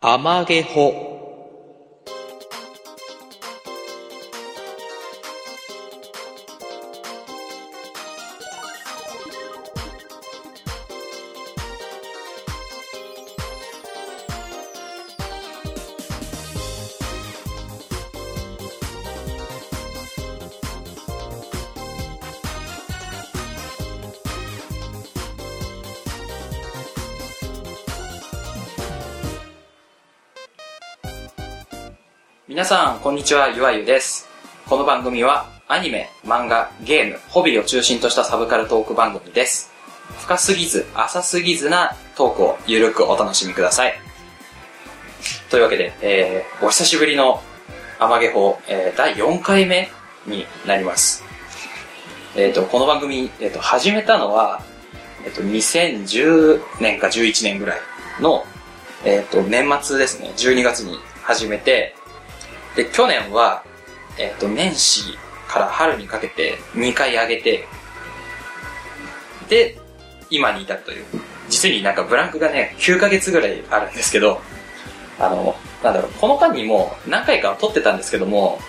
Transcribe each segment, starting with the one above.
あまげほ、皆さん、こんにちは、ゆわゆです。この番組は、アニメ、漫画、ゲーム、ホビリを中心としたサブカルトーク番組です。深すぎず、浅すぎずなトークをゆるくお楽しみください。というわけで、えー、お久しぶりの天毛法、えー、第4回目になります。えっ、と、この番組、えっ、と、始めたのは、えっ、と、2010年か11年ぐらいの、えっ、と、年末ですね、12月に始めて、で、去年は、えっ、と、年始から春にかけて2回上げて、で、今に至るという。実になんかブランクがね、9ヶ月ぐらいあるんですけど、あの、なんだろう、この間にも何回かは撮ってたんですけども、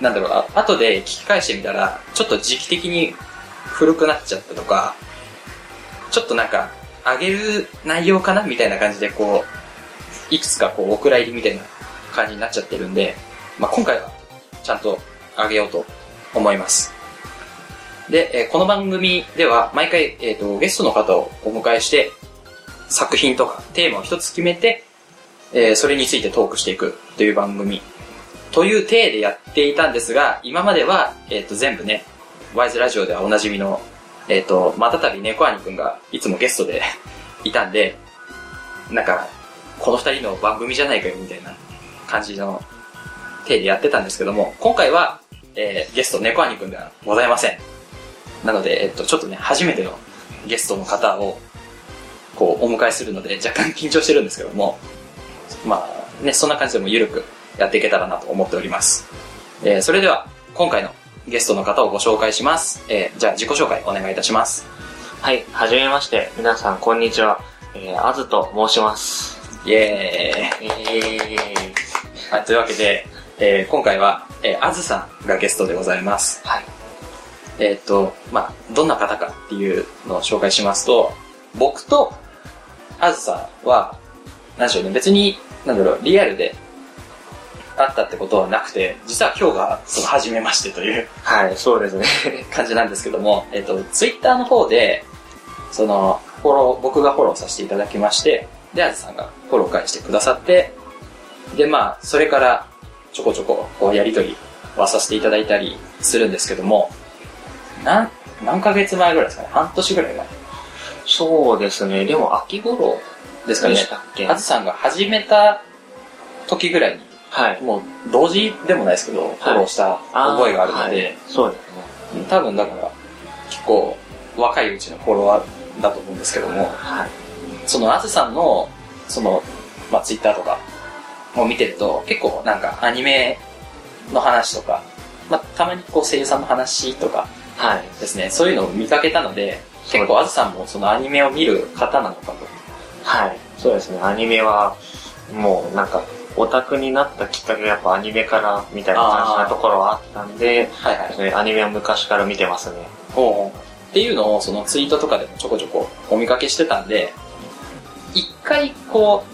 なんだろう、あ後で聞き返してみたら、ちょっと時期的に古くなっちゃったとか、ちょっとなんか、上げる内容かなみたいな感じで、こう、いくつかこう、お蔵入りみたいな感じになっちゃってるんで、まあ、今回はちゃんと上げようと思います。で、えーこの番組では毎回、えー、とゲストの方をお迎えして作品とかテーマを一つ決めて、えーそれについてトークしていくという番組という体でやっていたんですが今までは、えー、と全部ねワイズラジオではおなじみの、えー、とまたたび猫兄くんがいつもゲストでいたんでなんかこの二人の番組じゃないかよみたいな感じの手でやってたんですけども、今回は、えーゲスト、猫兄くんではございません。なので、えっと、ちょっとね、初めてのゲストの方を、こう、お迎えするので、若干緊張してるんですけども、まあ、ね、そんな感じでも緩くやっていけたらなと思っております。えーそれでは、今回のゲストの方をご紹介します。えーじゃあ、自己紹介お願いいたします。はい、はじめまして。皆さん、こんにちは。えー、あずと申します。イエーイえー、はい、というわけで、えー今回は、えーあずさんがゲストでございます。はい。えーっ、と、まあ、どんな方かっていうのを紹介しますと、僕とあずさんは、何でしょうね、別に、なんだろう、リアルで会ったってことはなくて、実は今日が、その、初めましてというはい、そうですね。 感じなんですけども、えーっ、と、ツイッターの方で、その、フォロー、僕がフォローさせていただきまして、で、あずさんがフォロー返してくださって、で、まあ、それから、ちょこちょこ、こう、やりとりはさせていただいたりするんですけども、なん、何ヶ月前ぐらいですかね半年ぐらい前そうですね。でも、秋頃ですかねでしたっけあずさんが始めた時ぐらいに、はい。もう、同時でもないですけど、フォローした覚えがあるのはでい、そうですね。多分だから、結構、若いうちのフォロワーだと思うんですけども、はい。そのあずさんのその、まあ、ツイッターとかを見てると結構なんかアニメの話とか、まあ、たまにこう声優さんの話とかはい。ですねそういうのを見かけたので結構あずさんもそのアニメを見る方なのかとはい。そうですね。アニメは、もう、なんか、オタクになったきっかけがやっぱアニメからみたいな感じなところはあったんで、はいはそうでいすねアニメは昔から見てますね。おうおうっていうのをそのツイートとかでもちょこちょこお見かけしてたんで一回こ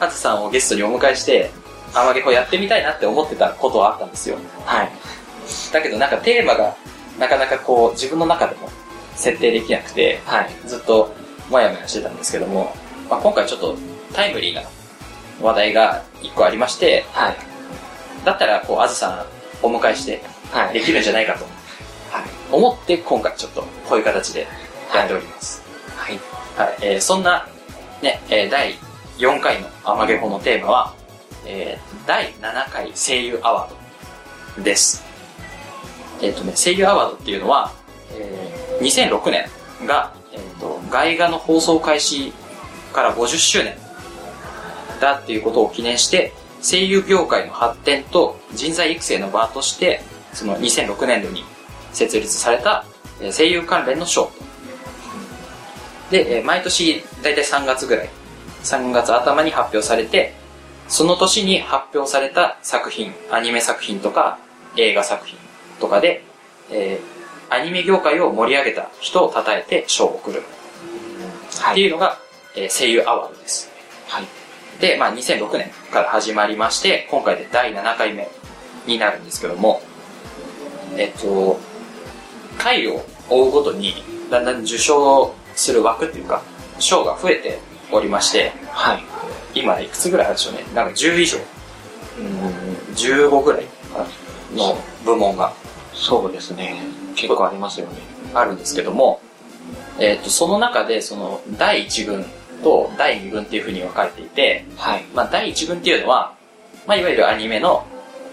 うあずさんをゲストにお迎えしてアマゲホやってみたいなって思ってたことはあったんですよはい。だけどなんかテーマがなかなかこう自分の中でも設定できなくてはい。ずっともやもやしてたんですけども、まあ、今回ちょっとタイムリーな話題が一個ありましてはい。だったらこうあずさんお迎えしてはでい。きるんじゃないかと思って今回ちょっとこういう形でやっております、はい。はいえーそんな、ねえー第4回の「アマゲホ」のテーマは、えー第7回声優アワードです、えっとね、声優アワードっていうのは、えー2006年が、えー、と外画の放送開始から50周年だっていうことを記念して声優業界の発展と人材育成の場としてその2006年度に設立されたえー声優関連の賞で、えー毎年大体3月ぐらい3月頭に発表されてその年に発表された作品、アニメ作品とか映画作品とかで、えーアニメ業界を盛り上げた人を称えて賞を贈るっはてい。いうのが、えー声優アワードです。はい。で、まあ、2006年から始まりまして、今回で第7回目になるんですけども、えっと、回を追うごとに、だんだん受賞する枠っていうか、賞が増えておりまして、はい。今いくつぐらいあるんでしょうね。なんか10以上、うん。 15ぐらいかなの部門がそうですね。結構ありますよね。あるんですけども、えっと、その中で、その、第1軍と第2軍っていうふうに分かれていて、はい。まあ、第1軍っていうのは、まあ、いわゆるアニメの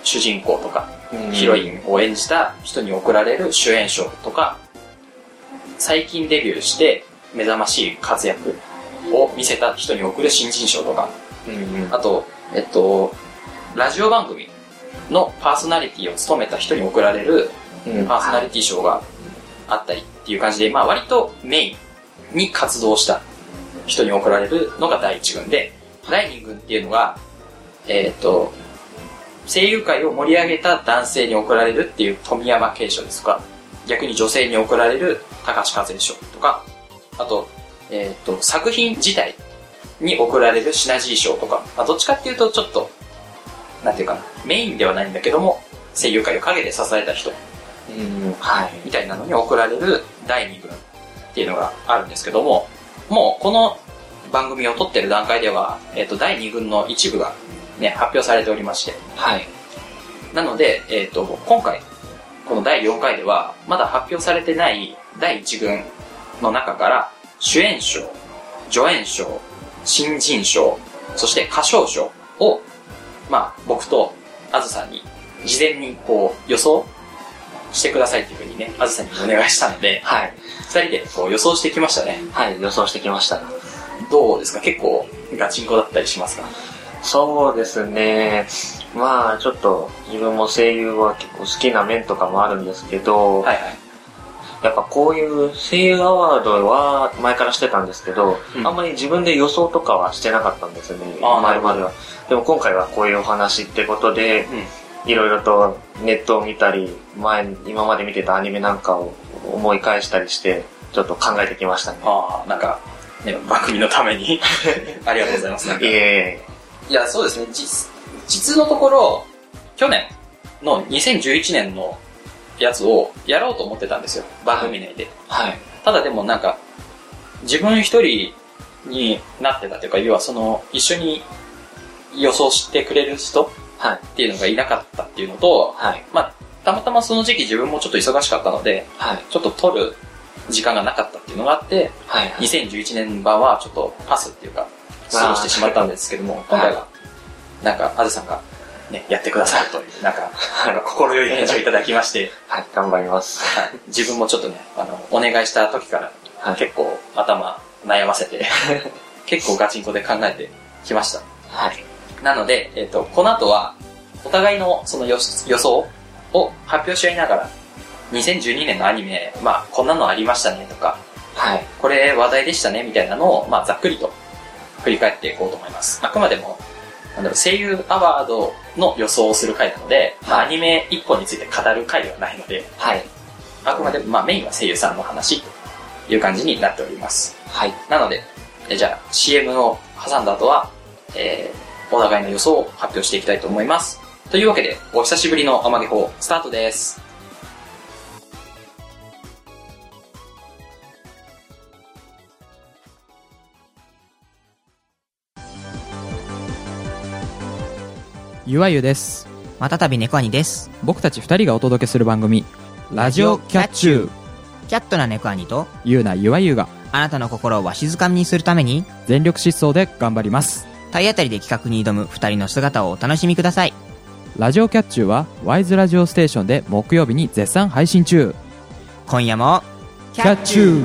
主人公とか、ヒロインを演じた人に贈られる主演賞とか、最近デビューして目覚ましい活躍を見せた人に贈る新人賞とか、ン。うんうん。あと、えっと、ラジオ番組のパーソナリティを務めた人に贈られるうんパーソナリティ賞があったりっていう感じで、まあ割とメインに活動した人に贈られるのが第一軍で、第二軍っていうのが、えっ、と、声優界を盛り上げた男性に贈られるっていう富山慶賞ですとか、逆に女性に贈られる高橋和恵賞とか、あと、えっ、と、作品自体に贈られるシナジー賞とか、まあ、どっちかっていうとちょっと、なんていうかな、メインではないんだけども、声優界を陰で支えた人うんうん。はい。みたいなのに送られる第2軍っていうのがあるんですけども、もうこの番組を撮ってる段階では、えっ、と、第2軍の一部がね、発表されておりまして、はい。なので、えっ、と、今回、この第4回では、まだ発表されてない第1軍の中から、主演賞、助演賞、新人賞、そして歌唱賞を、まあ、僕とあずさんに、事前にこう、予想してくださいっていうふうにね、あずさんにお願いしたので、はい。二人でこう予想してきましたね。はい。予想してきました。どうですか結構ガチンコだったりしますかそうですね。まあ、ちょっと、自分も声優は結構好きな面とかもあるんですけど、はいはい。やっぱこういう声優アワードは前からしてたんですけど、うんあんまり自分で予想とかはしてなかったんですよね。あーな前るほどまでは。でも今回はこういうお話ってことで、いろいろとネットを見たり、前、今まで見てたアニメなんかを思い返したりして、ちょっと考えてきましたね。ああ、なんか、ね、番組のため に。ありがとうございます。なんかいえいえいや、そうですね。実、実のところ、去年の2011年のやつをやろうと思ってたんですよ。番組内で。はい。ただでもなんか、自分一人になってたというか、要はその、一緒に予想してくれる人はい。っていうのがいなかったっていうのと、はい。まあ、たまたまその時期自分もちょっと忙しかったので、はい。ちょっと撮る時間がなかったっていうのがあって、はい。 はい。 2011年版はちょっとパスっていうか、過ごしてしまったんですけども、今回は、なんか、あずさんが、ね、やってくださるという、なんか、なんか心よい返事をいただきまして、はい。頑張ります。はい自分もちょっとね、あの、お願いした時かはら、い結構頭悩ませ て、結構ガチンコで考えてきました。はい。なので、えっ、と、この後は、お互いのその予予想を発表し合いながら、2012年のアニメ、まあ、こんなのありましたねとか、はい。これ話題でしたねみたいなのを、まあ、ざっくりと振り返っていこうと思います。あくまでも、なんだろう、声優アワードの予想をする回なので、まあ、はいアニメ一本について語る回ではないので、はい。あくまでも、まあ、メインは声優さんの話という感じになっております。はい。なので、えじゃあ CM を挟んだ後は、えーお互いの予想を発表していきたいと思います。というわけで、お久しぶりの天毛法、スタートです。ゆわゆですまたたび猫兄です。僕たち2人がお届けする番組「ラジオキャッチューキャットな猫兄と、」ゆうなゆわゆがあなたの心をわしづかみにするために、全力疾走で頑張ります体当たりで企画に挑む二人の姿をお楽しみください。ラジオキャッチューはワイズラジオステーションで木曜日に絶賛配信中今夜も、キュー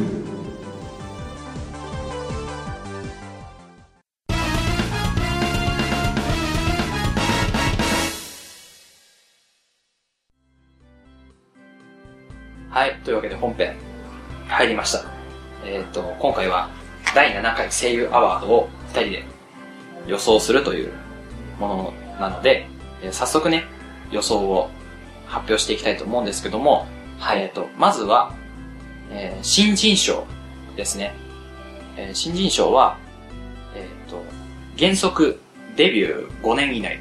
はい、というわけで本編、入りました。えっ、と、今回は、第7回声優アワードを2人で予想するというものなので、えー早速ね、予想を発表していきたいと思うんですけども、はい、えっ、と、まずは、えー新人賞ですね。えー新人賞は、えっ、と、原則デビュー5年以内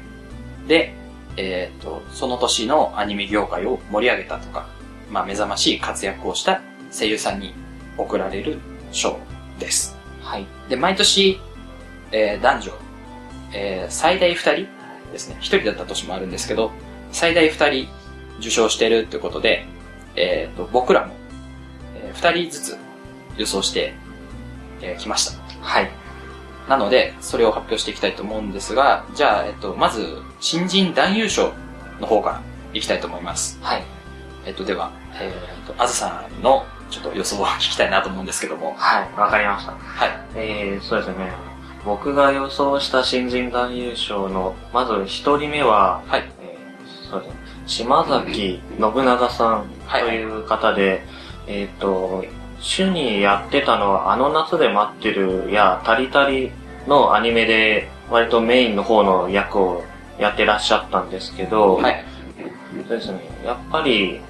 で、えっ、と、その年のアニメ業界を盛り上げたとか、まあ、目覚ましい活躍をした声優さんに贈られる賞です。はい。で、毎年、えー男女、えー最大2人ですね。1人だった年もあるんですけど、最大2人受賞してるってことで、えっ、と、僕らも、え2人ずつ予想してき、えー来ました。はい。なので、それを発表していきたいと思うんですが、じゃあ、えっ、と、まず、新人男優賞の方からいきたいと思います。はい。えっ、と、では、えっ、と、あずさんのちょっと予想を聞きたいなと思うんですけども、はい、わかりました。はい。えー、そうですね。僕が予想した新人男優賞の、まず一人目は、はいえーそうですね。島崎信長さんはいという方で、えっ、と、主にやってたのは、あの夏で待ってるや、タリタリのアニメで、割とメインの方の役をやってらっしゃったんですけど、はい。そうですね。やっぱり、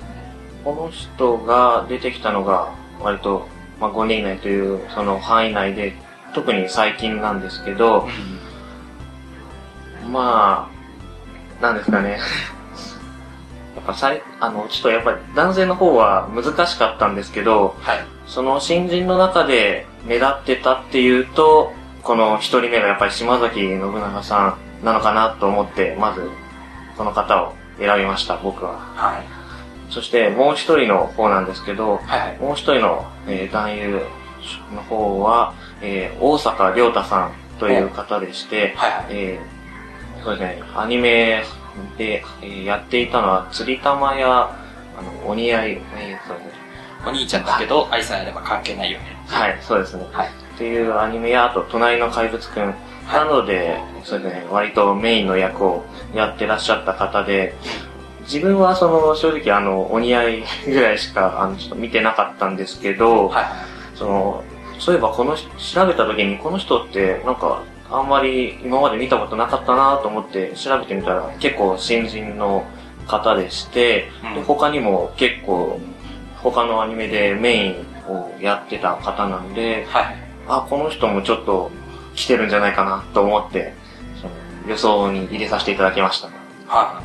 この人が出てきたのが、割と、まあ、5人以内という、その範囲内で、特に最近なんですけど、まあ、なんですかね。 やっぱさい、あの、ちょっとやっぱり男性の方は難しかったんですけど、はい。その新人の中で目立ってたっていうと、この一人目がやっぱり島崎信長さんなのかなと思って、まず、この方を選びました、僕は。はい。そしてもう一人の方なんですけど、はい。もう一人の、えー男優の方は、えー大坂亮太さんという方でして、はい。えーそうですね、アニメで、えーやっていたのは釣り玉や、あの、お似合い、えーそうですねお兄ちゃんだけど、愛されれば関係ないよね。はい、そうですね。はいっていうアニメや、あと、隣の怪物くん。なので、そうですね、割とメインの役をやってらっしゃった方で、自分はその、正直あの、お似合いぐらいしか、あの、ちょっと見てなかったんですけど、はい。その、そういえばこの人、調べた時にこの人って、なんか、あんまり今まで見たことなかったなと思って調べてみたら、結構新人の方でして、で他にも結構他のアニメでメインをやってた方なんではい。あこの人もちょっと来てるんじゃないかなと思ってその予想に入れさせていただきましたは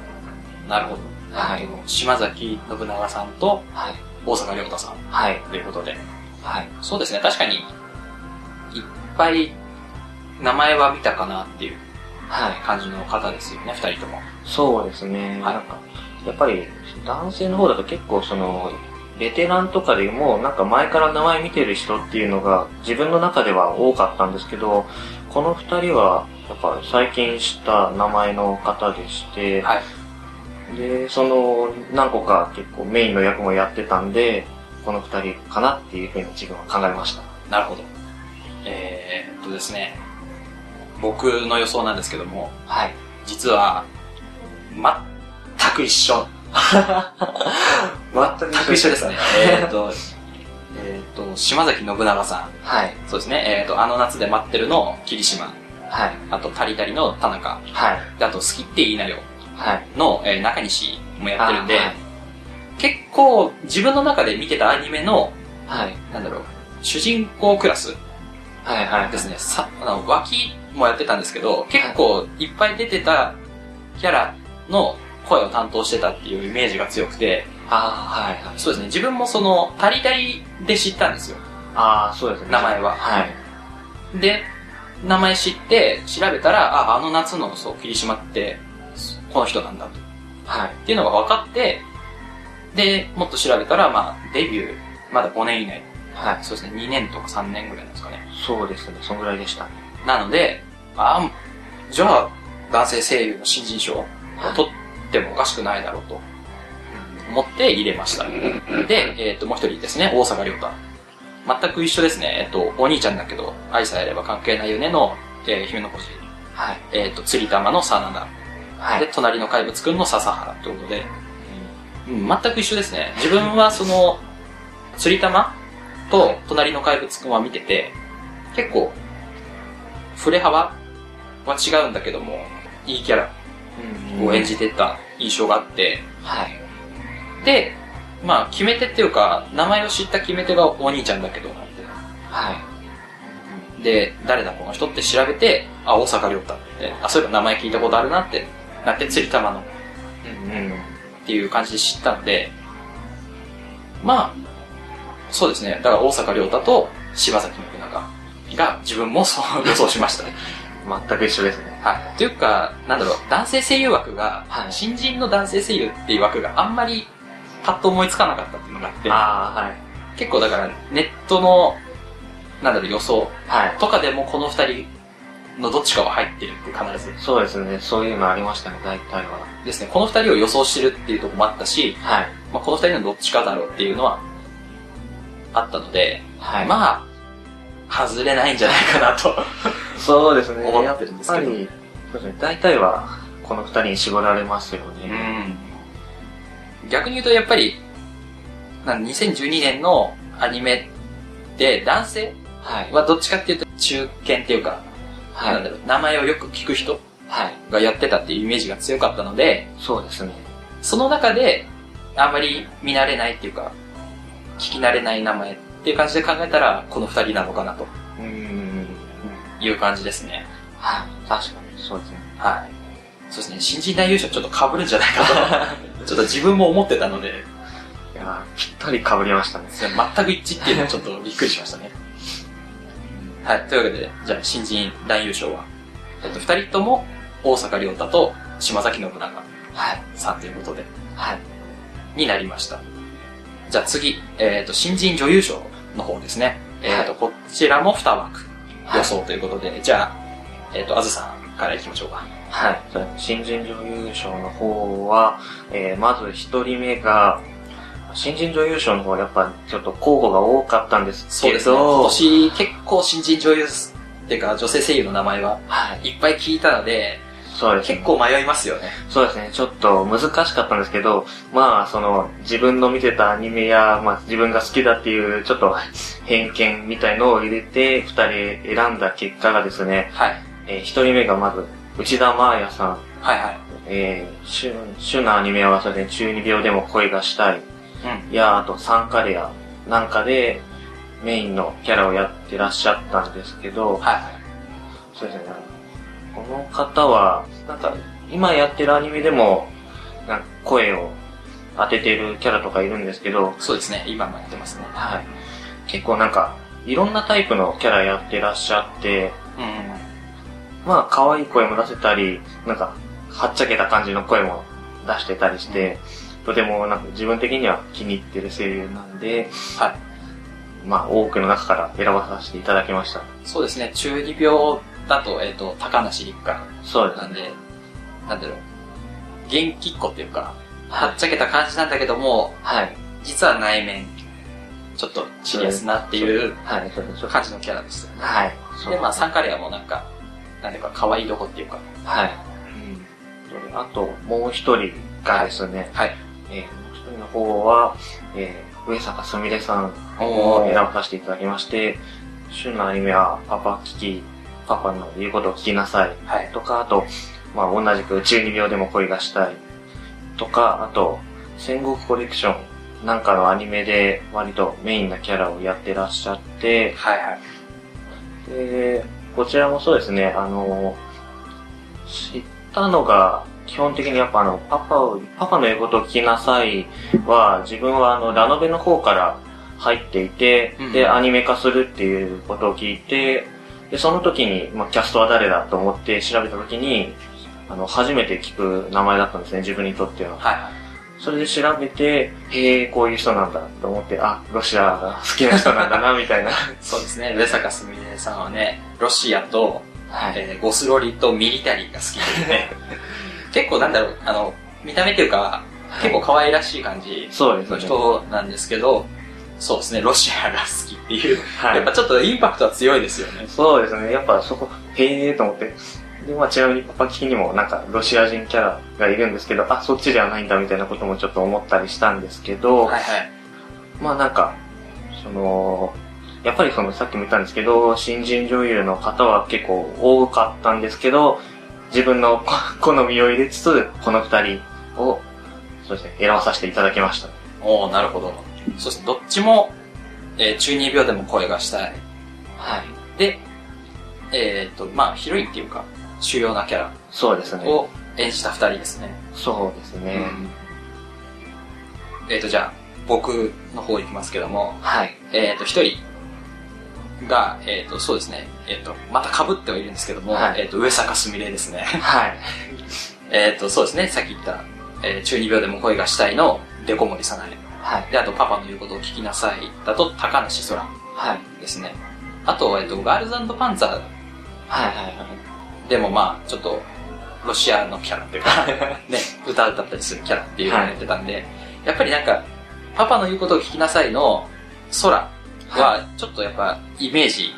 い。なるほど。はい島崎信長さんとはい大阪亮太さんはいということで。はいそうですね、確かに、いっぱい名前は見たかなっていうはい感じの方ですよね、二人とも。そうですね、はいなんかやっぱり男性の方だと結構そのベテランとかでもなんか前から名前見てる人っていうのが自分の中では多かったんですけどこの二人はやっぱ最近知った名前の方でして、はいでその何個か結構メインの役もやってたんでこの二人かなっていうふうに自分は考えましたなるほど。えー、っとですね、僕の予想なんですけども、はい実は、全く一緒。全全く一緒ですね。えーっと、えーっと、島崎信長さん。はいそうですね、えーっと、あの夏で待ってるの霧島。はいあと、タリタリの田中。はいあと、好きっていいなよはいの、えー中西もやってるんで、あ結構自分の中で見てたアニメの、はいはいなんだろう、主人公クラスはいはいですね、さあの脇もやってたんですけど、結構いっぱい出てたキャラの声を担当してたっていうイメージが強くて、あーはいはいそうですね、自分もその、タリタリで知ったんですよ、ああ、そうですね。名前は。はい。で、名前知って調べたら、あ、あの夏の、そう、霧島って、この人なんだと。はい。っていうのが分かって、で、もっと調べたら、まあ、デビュー、まだ5年以内。はい。そうですね、2年とか3年ぐらいなんですかね。そうですね。そんぐらいでしたね。なので、あじゃあ、男性声優の新人賞を取ってもおかしくないだろうと思って入れました。で、えっ、と、もう一人ですね、大阪亮太。全く一緒ですね。えっ、と、お兄ちゃんだけど、愛さえあれば関係ないよねの、えー、姫の星。はい。えっ、と、釣り玉の真田。はでい。、隣の怪物くんの笹原ってことで、うん、全く一緒ですね。自分はその、釣り玉と隣の怪物くんは見てて、結構、触れ幅は違うんだけども、いいキャラを演じてた印象があって、はい。で、まあ、決め手っていうか、名前を知った決め手がお兄ちゃんだけど、はい。で、誰だこの人って調べて、あ、大阪亮太って、あ、そういえば名前聞いたことあるなってなって、釣り玉のっうんうん。ていう感じで知ったんで、まあ、そうですね。だから大阪亮太と柴崎信長が自分もそう予想しま したね。全く一緒ですね。はい。というか、なんだろう、男性声優枠が、はい新人の男性声優っていう枠があんまりパッと思いつかなかったっていうのがあって、ああ、はい。結構だからネットの、なんだろう、予想はい。とかでもこの二人のどっちかは入ってるって必ずそうですね。そういうのありましたね、大体は。ですね、この二人を予想してるっていうところもあったし、はい。まあ、この二人のどっちかだろうっていうのはあったので、はい。ままあ、外れないんじゃないかなと。あ、そうですね。思やっってるんですぱけどり、そうですね。大体は、この二人に絞られますよね。逆に言うとやっぱり、なん2012年のアニメで男性はい。はどっちかっていうと中堅っていうか、はなんだい。ろう、名前をよく聞く人はい。がやってたっていうイメージが強かったので、そうですね。その中で、あまり見慣れないっていうか、聞き慣れない名前っていう感じで考えたら、この二人なのかなとうーん。いう感じですね。はい。確かに、そうですね。はい。そうですね、新人大優勝ちょっと被るんじゃないか と、ちょっと自分も思ってたので、いやーぴったり被りましたね。それ全く一致っていうのはちょっとびっくりしましたね。はい、というわけで、じゃあ新人大優勝は、えっと、二人とも大阪亮太と島崎信長はい。さんということで、はい。になりました。じゃあ次、えっ、と、新人女優賞の方ですね。えっ、と、こちらも2枠予想ということで、じゃあ、えっ、と、あずさんからいきましょうか。はい。じゃあ新人女優賞の方は、えー、まず一人目が、新人女優賞の方はやっぱちょっと候補が多かったんですけね今ど、年結構新人女優っていうか女性声優の名前ははい。いっぱい聞いたので、そうですね。結構迷いますよね。そうですね。ちょっと難しかったんですけど、まあ、その、自分の見てたアニメや、まあ、自分が好きだっていう、ちょっと偏見みたいのを入れて、二人選んだ結果がですね、はい。えー一人目がまず、内田真彩さん。はいはい。えー、主主なアニメはそうですね、中二病でも恋がしたい。ういや、あと、サンカレアなんかで、メインのキャラをやってらっしゃったんですけど、はいそうですね。この方は、なんか、今やってるアニメでも、なんか声を当ててるキャラとかいるんですけど、そうですね、今もやってますね。はい。結構なんか、いろんなタイプのキャラやってらっしゃって、うん。まあ、可愛い声も出せたり、なんか、はっちゃけた感じの声も出してたりして、とてもなんか自分的には気に入ってる声優なんで、はい。まあ、多くの中から選ばさせていただきました。そうですね、中二病だと、えっ、と、高梨立花そうですなんね。で、なんだろう、元気っ子っていうか、ははっちゃけた感じなんだけども、はい。実は内面、ちょっとシリアスなっていうはい、そうです。感じのキャラですよね。はい。そうで、まあ、サンカレアもなんか、なんていうか、可愛いとこっていうか、はい。あと、もう一人がですね、はい。えーもう一人の方は、えー上坂すみれさんをお選ー、ばさせていただきまして、週のアニメは、パパ聞き、パパの言うことを聞きなさいはい。とか、あと、まあ、同じく中二病でも恋がしたいとか、あと、戦国コレクションなんかのアニメで割とメインなキャラをやってらっしゃって、はいはい。で、こちらもそうですね、あの、知ったのが、基本的にやっぱあの、パパを、パパの言うことを聞きなさいは、自分はあの、ラノベの方から入っていて、うんで、アニメ化するっていうことを聞いて、で、その時に、まあ、キャストは誰だと思って調べた時に、あの、初めて聞く名前だったんですね、自分にとっては。はいはい。それで調べて、へえ、こういう人なんだと思って、あ、ロシアが好きな人なんだな、みた いな。そうですね、上坂すみれさんはね、ロシアと、は。えーゴスロリとミリタリーが好きで ね、結構なんだろう、あの、見た目っていうか、結構可愛らしい感じそうですのね。人なんですけど、そうですね、ロシアが好きっていう、はやっぱい。ちょっとインパクトは強いですよね。そうですね。やっぱそこ、へえーと思って。で、まあちなみにパパキキにもなんかロシア人キャラがいるんですけど、あ、そっちではないんだみたいなこともちょっと思ったりしたんですけど、はいはい。まあなんか、その、やっぱりそのさっきも言ったんですけど、新人女優の方は結構多かったんですけど、自分の 好みを入れつつ、この二人を、そうですね、選ばさせていただきました。おおなるほど。そしてどっちも、えー中二病でも声がしたい。はい。で、えーっと、まあ、ヒロインっていうか、主要なキャそうですラね。を演じた二人ですね。そうですね。えっ、と、じゃあ、僕の方行きますけども、はい。えっ、と、一人が、えっ、と、そうですね、えっ、と、また被ってはいるんですけども、はいえっ、と、上坂すみれですね。 はい。えっと、そうですね、さっき言った、えー中二病でも恋がしたいの、デコ森さなえ。はい。で、あと、パパの言うことを聞きなさい、だと、高梨空はい。ですね。あと、えっ、と、ガールズパンツァーはい。はい。はいでも、まあ、ちょっと、ロシアのキャラっていう か、ね、歌だったりするキャラっていうのをやってたんで、やっぱりなんか、パパの言うことを聞きなさいの空は、ちょっとやっぱ、イメージ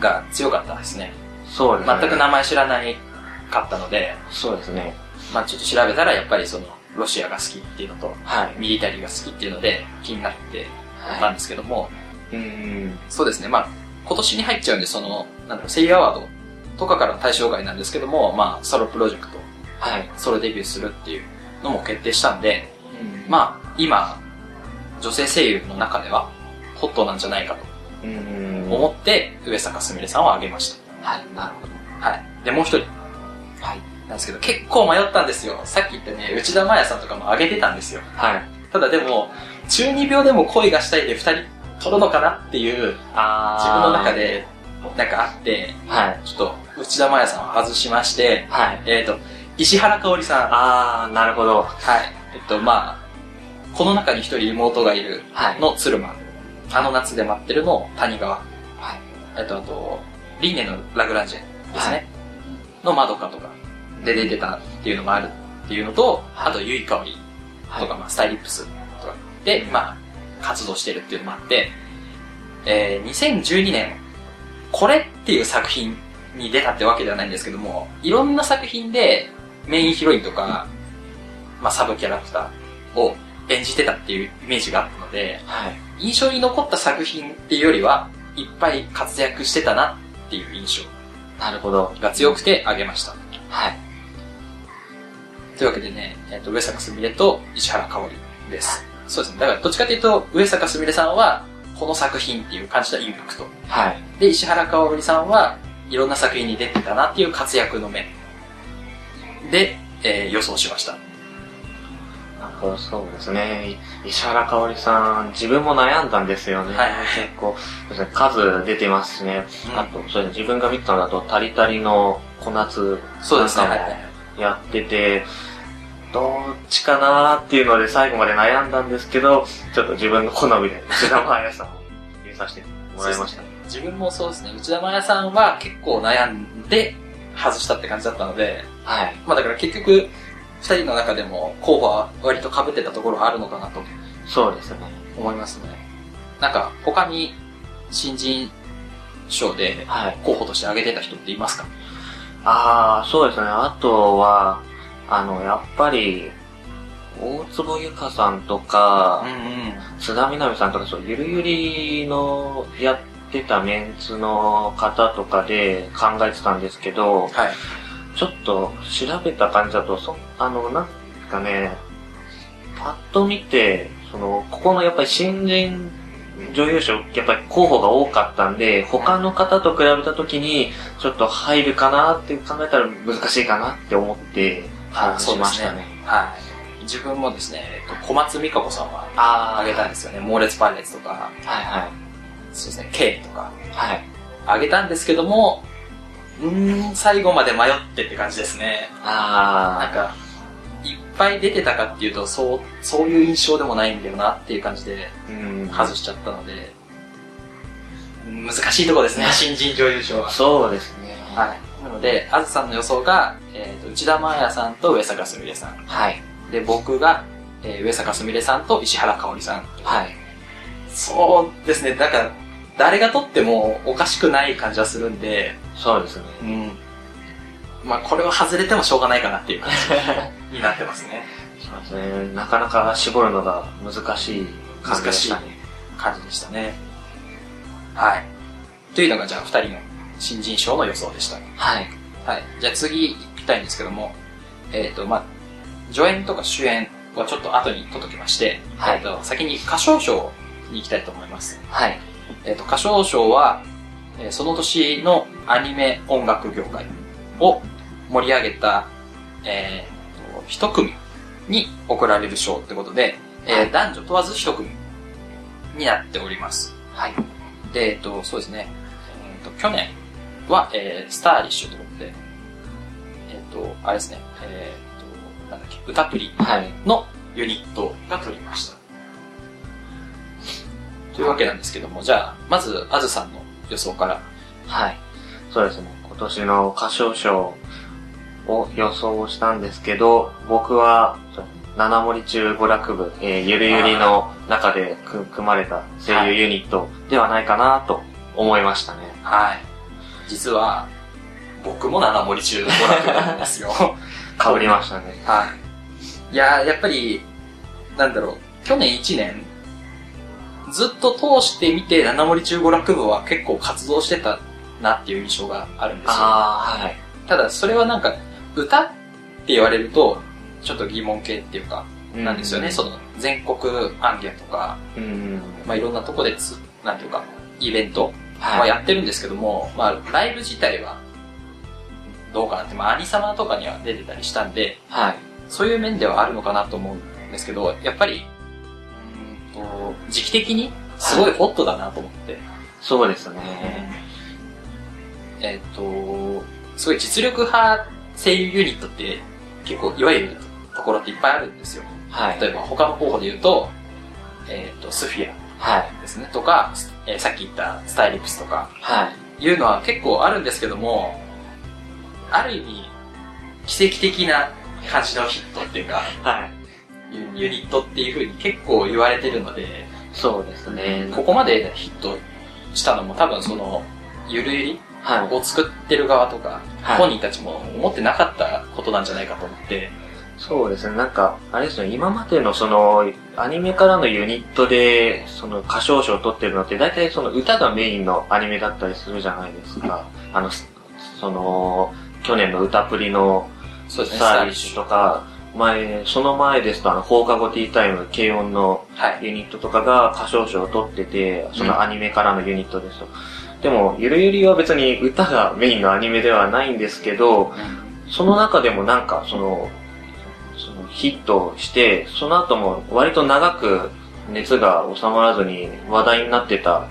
が強かったですね。そうですね。全く名前知らないかったので、そうですね。まあちょっと調べたら、やっぱりその、ロシアが好きっていうのと、はい。ミリタリーが好きっていうので、気になってたはんですけども、い。うん。そうですね、まあ今年に入っちゃうんで、その、なんだろう、声優アワードとかからの対象外なんですけども、まあソロプロジェクト、はい。ソロデビューするっていうのも決定したんで、ままあ、今、女性声優の中では、ホットなんじゃないかとあ、うん。思って、上坂すみれさんを挙げましはい。なるほど。た。はい。で、もう一人。はい。なんですけど、結構迷ったんですよ。さっき言ったね、内田真也さんとかも挙げてたんですよ。はい。ただでも、中二病でも恋がしたいで二人取るのかなっていう、あ自分の中。で、なんかあって、はい。ちょっと、内田真也さんを外しまして、はい。えっ、と、石原香織さん。あー、なるほど。はい。えっと、まあ、この中に一人妹がいるはい。の鶴間。あの夏で待ってるの谷川。はい。えっと、あと、リンネのラグランジェですね。の窓かとかで出てたっていうのがあるっていうのと、あと、ゆいかおりはいとか、まあ、スタイリップスとかで、まあ、活動してるっていうのもあって、えー、2012年、これっていう作品に出たってわけではないんですけども、いろんな作品でメインヒロインとか、まあ、サブキャラクターを演じてたっていうイメージがあったので、はい。印象に残った作品っていうよりは、いっぱい活躍してたなっていう印なるほど象。が強くてあげました。はい。というわけでね、えっ、と、上坂すみれと石原香織です。そうですね。だから、どっちかというと、上坂すみれさんは、この作品っていう感じたインパクト。はい。で、石原香織さんは、いろんな作品に出てたなっていう活躍の面。で、えー予想しました。なるほど、そうですね。い石原かおりさん、自分も悩んだんですよね。はい結構、そうですね数出てますしね。うんあと、そうですね、自分が見たのだと、タリタリの小夏そうですね。なはんいかもやってて、どっちかなーっていうので最後まで悩んだんですけど、ちょっと自分の好みで、内田真彩さんを 入れさせてもらいました。自分もそうですね。内田真也さんは結構悩んで外したって感じだったので、はい。まあだから結局、二人の中でも候補は割と被ってたところはあるのかなとそうですね。思いますね。なんか、他に新人賞ではい。候補として挙げてた人っていますかああ、そうですね。あとは、あの、やっぱり、大坪ゆかさんとか、ん。津田みなみさんとか、そう、ゆるゆりのやってたメンツの方とかで考えてたんですけど、はい。ちょっと調べた感じだと、そあの、なんかね、パッと見て、その、ここのやっぱり新人女優賞、やっぱり候補が多かったんで、他の方と比べたときに、ちょっと入るかなって考えたら難しいかなって思って、あ話そうしでますしたねね。。はい。自分もですね、えっと小松美香子さんはあ挙げたんですよね。猛烈パイレーツとか、はいはそうですね、K とかい。はい。挙げたんですけども、うーん、最後まで迷ってって感じですね。なあんか、いっぱい出てたかっていうと、そう、そういう印象でもないんだよなっていう感じでー、うん。外しちゃったので、難しいとこですね、新人女優賞は。そうですね。はい。なので、あずさんの予想が、えーと内田真彩さんと上坂すみれさん。はい。で、僕が、えー上坂すみれさんと石原香織さん。はい。そうですね、だから、誰が取ってもおかしくない感じはするんで、そうですね。うん。まあ、これは外れてもしょうがないかなっていう感じになってますね。そうですね。なかなか絞るのが難しい感じでしたね。感じでしたね。はい。というのが、じゃあ、二人の新人賞の予想でした。はい。はい。じゃあ次、きたいんですけども、えっ、と、まあ、助演とか主演はちょっと後に届きまして、はいえっと先に歌唱賞に行きたいと思います。はい。えっ、と、歌唱賞は、えーその年のアニメ音楽業界を盛り上げた、えーと一組に贈られる賞ってことで、えー男女問わず一組になっております。はい。で、えっ、と、そうですね。えっ、と、去年は、えースターリッシュってことで、えっ、と、あれですね、えっ、と、なんだっけ、歌プリはい。のユニットが取りました。というわけなんですけども、じゃあ、まず、あずさんの予想から。はい。そうですね。今年の歌唱賞を予想したんですけど、僕は、七森中娯楽部、えーゆるゆりの中でく組まれた声優ユニットではないかなと思いましたね。はい。実は、僕も七森中の娯楽なんです よ。被りましたね。はい。いやー、やっぱり、なんだろう、去年1年、ずっと通してみて、七森中娯楽部は結構活動してたなっていう印象があるんですよ。ああ、はい。ただ、それはなんか、歌って言われると、ちょっと疑問系っていうか、なんですよね。その、全国アンケートとか、うん。うん。まあ、いろんなとこでつ、なんていうか、イベント、まあ、はい。やってるんですけども、まあ、ライブ自体は、どうかなって、まあ、アニサマとかには出てたりしたんで、はい。そういう面ではあるのかなと思うんですけど、やっぱり、うーんと、時期的に、すごいホットだなと思って、そうですね。えっ、と、すごい実力派声優ユニットって、結構、いわゆるところっていっぱいあるんですよ。はい。例えば、他の候補で言うと、えっ、と、スフィア。はい。ですね、とか、えーさっき言ったスタイリプスとか、はい。いうのは結構あるんですけども、ある意味、奇跡的な感じのヒットっていうか、はい。ユユニットっていう風に結構言われてるので、そうですね。ここまでヒットしたのも多分その、ゆるゆりはい。を作ってる側とか、はい本人たちも思ってなかったことなんじゃないかと思って、そうですね。なんか、あれですね、今までのその、アニメからのユニットで、その歌唱賞を取ってるのって、大体その歌がメインのアニメだったりするじゃないですか。あの、すその、去年の歌プリのそうですね、スターリッシュとか、前、その前ですとあの、放課後ティータイム、軽音のスタイリッシュ。はい。ユニットとかが歌唱賞を取ってて、そのアニメからのユニットですと。でも、ゆるゆりは別に歌がメインのアニメではないんですけど、その中でもなんかその、そのヒットして、その後も割と長く熱が収まらずに話題になってた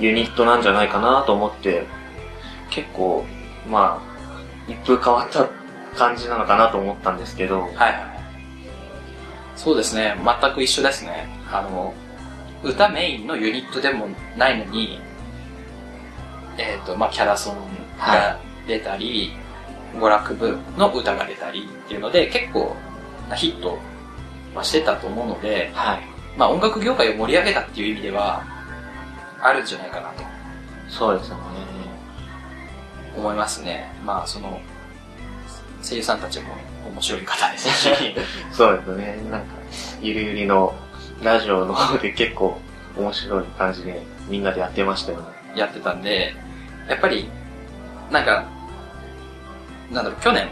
ユニットなんじゃないかなと思って、結構、まあ、一風変わった感じなのかなと思ったんですけど、はいはいはい。そうですね、全く一緒ですね。あの、歌メインのユニットでもないのに、えっ、と、まあキャラソンがは出たり、娯楽部の歌が出たりっていうので、結構ヒットはしてたと思うので、はい。まあ音楽業界を盛り上げたっていう意味では、あるんじゃないかなとそうですよね。思いますね。まあその、声優さんたちも面白い方ですし、そうですね。なんか、ゆるゆりのラジオの方で結構面白い感じでみんなでやってましたよね。やってたんで、やっぱり、なんか、なんだろう、去年、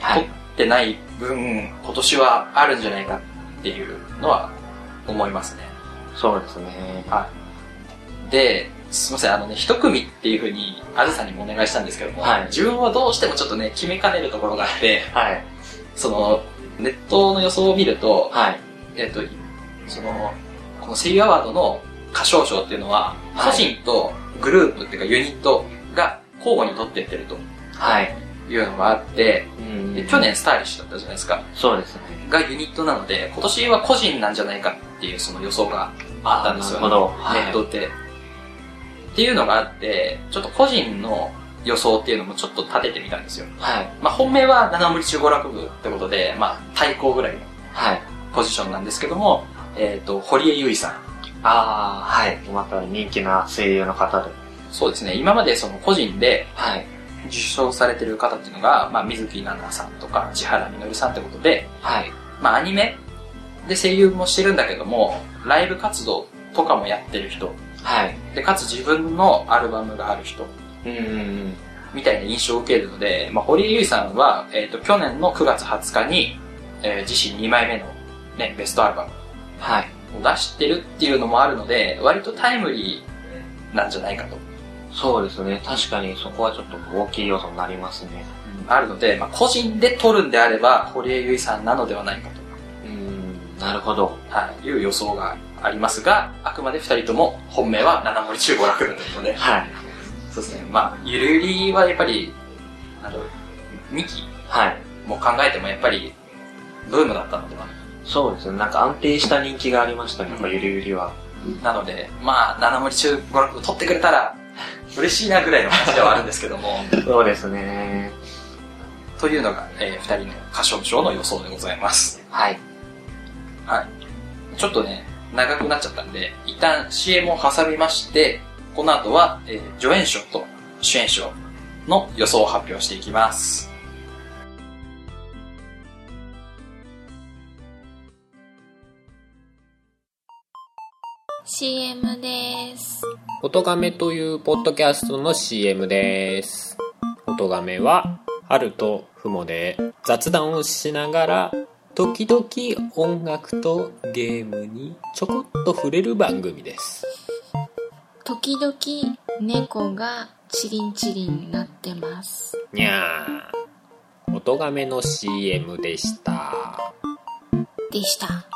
は取いってない分、今年はあるんじゃないかっていうのは思いますね。そうですね。で、すみません、あのね、一組っていうふうに、あずさんにもお願いしたんですけども、はい自分はどうしてもちょっとね、決めかねるところがあって、はい。その、ネットの予想を見ると、はい。えっ、と、その、この声優アワードの歌唱賞っていうのは、はい個人とグループっていうかユニットが交互に取ってってるとはい。いうのがあって、うんで去年スタイリッシュだったじゃないですか。そうですね。がユニットなので、今年は個人なんじゃないかっていうその予想があったんですよなね。るほど。ネットって。っていうのがあって、ちょっと個人の予想っていうのもちょっと立ててみたんですよ。はい。まあ本命は七森中五楽部ってことで、まあ対抗ぐらいのはい。ポジションなんですけども、えっ、と、堀江優衣さん。ああ、はい。また人気な声優の方で。そうですね、今までその個人ではい。受賞されてる方っていうのが、まあ、水木奈々さんとか千原みのりさんってことで、はい。まあ、アニメで声優もしてるんだけども、ライブ活動とかもやってる人、はい。で、かつ自分のアルバムがある人うんうんうん。みたいな印象を受けるので、まあ、堀江優衣さんは、えっ、と、去年の9月20日に、えー自身2枚目の、ね、ベストアルバムはい。を出してるっていうのもあるので、割とタイムリーなんじゃないかと。そうですね。確かにそこはちょっと大きい要素になりますね。あるので、まあ、個人で撮るんであれば、堀江優衣さんなのではないかと、うん、なるほど。はい、いう予想がありますが、あくまで二人とも本命は七森中五楽部なので、はい。そうですね、まあ、ゆるゆりはやっぱり、あの、2期はい。も考えてもやっぱり、ブームだったのでは。そうですね。なんか安定した人気がありましたね。やっぱゆりゆりは。なので、まあ、七森中五楽部撮ってくれたら、 嬉しいなぐらいの話ではあるんですけども、 そうですね。というのが、えー、2人の歌唱賞の予想でございます。はい。ちょっとね、長くなっちゃったんで、一旦 CM を挟みまして、この後は、えー助演賞と主演賞の予想を発表していきます。 CM です。音亀というポッドキャストの CM です。音亀は、春とふもで雑談をしながら、時々音楽とゲームにちょこっと触れる番組です。時々猫がチリンチリンなってます。にゃー。音亀の CM でした。でした。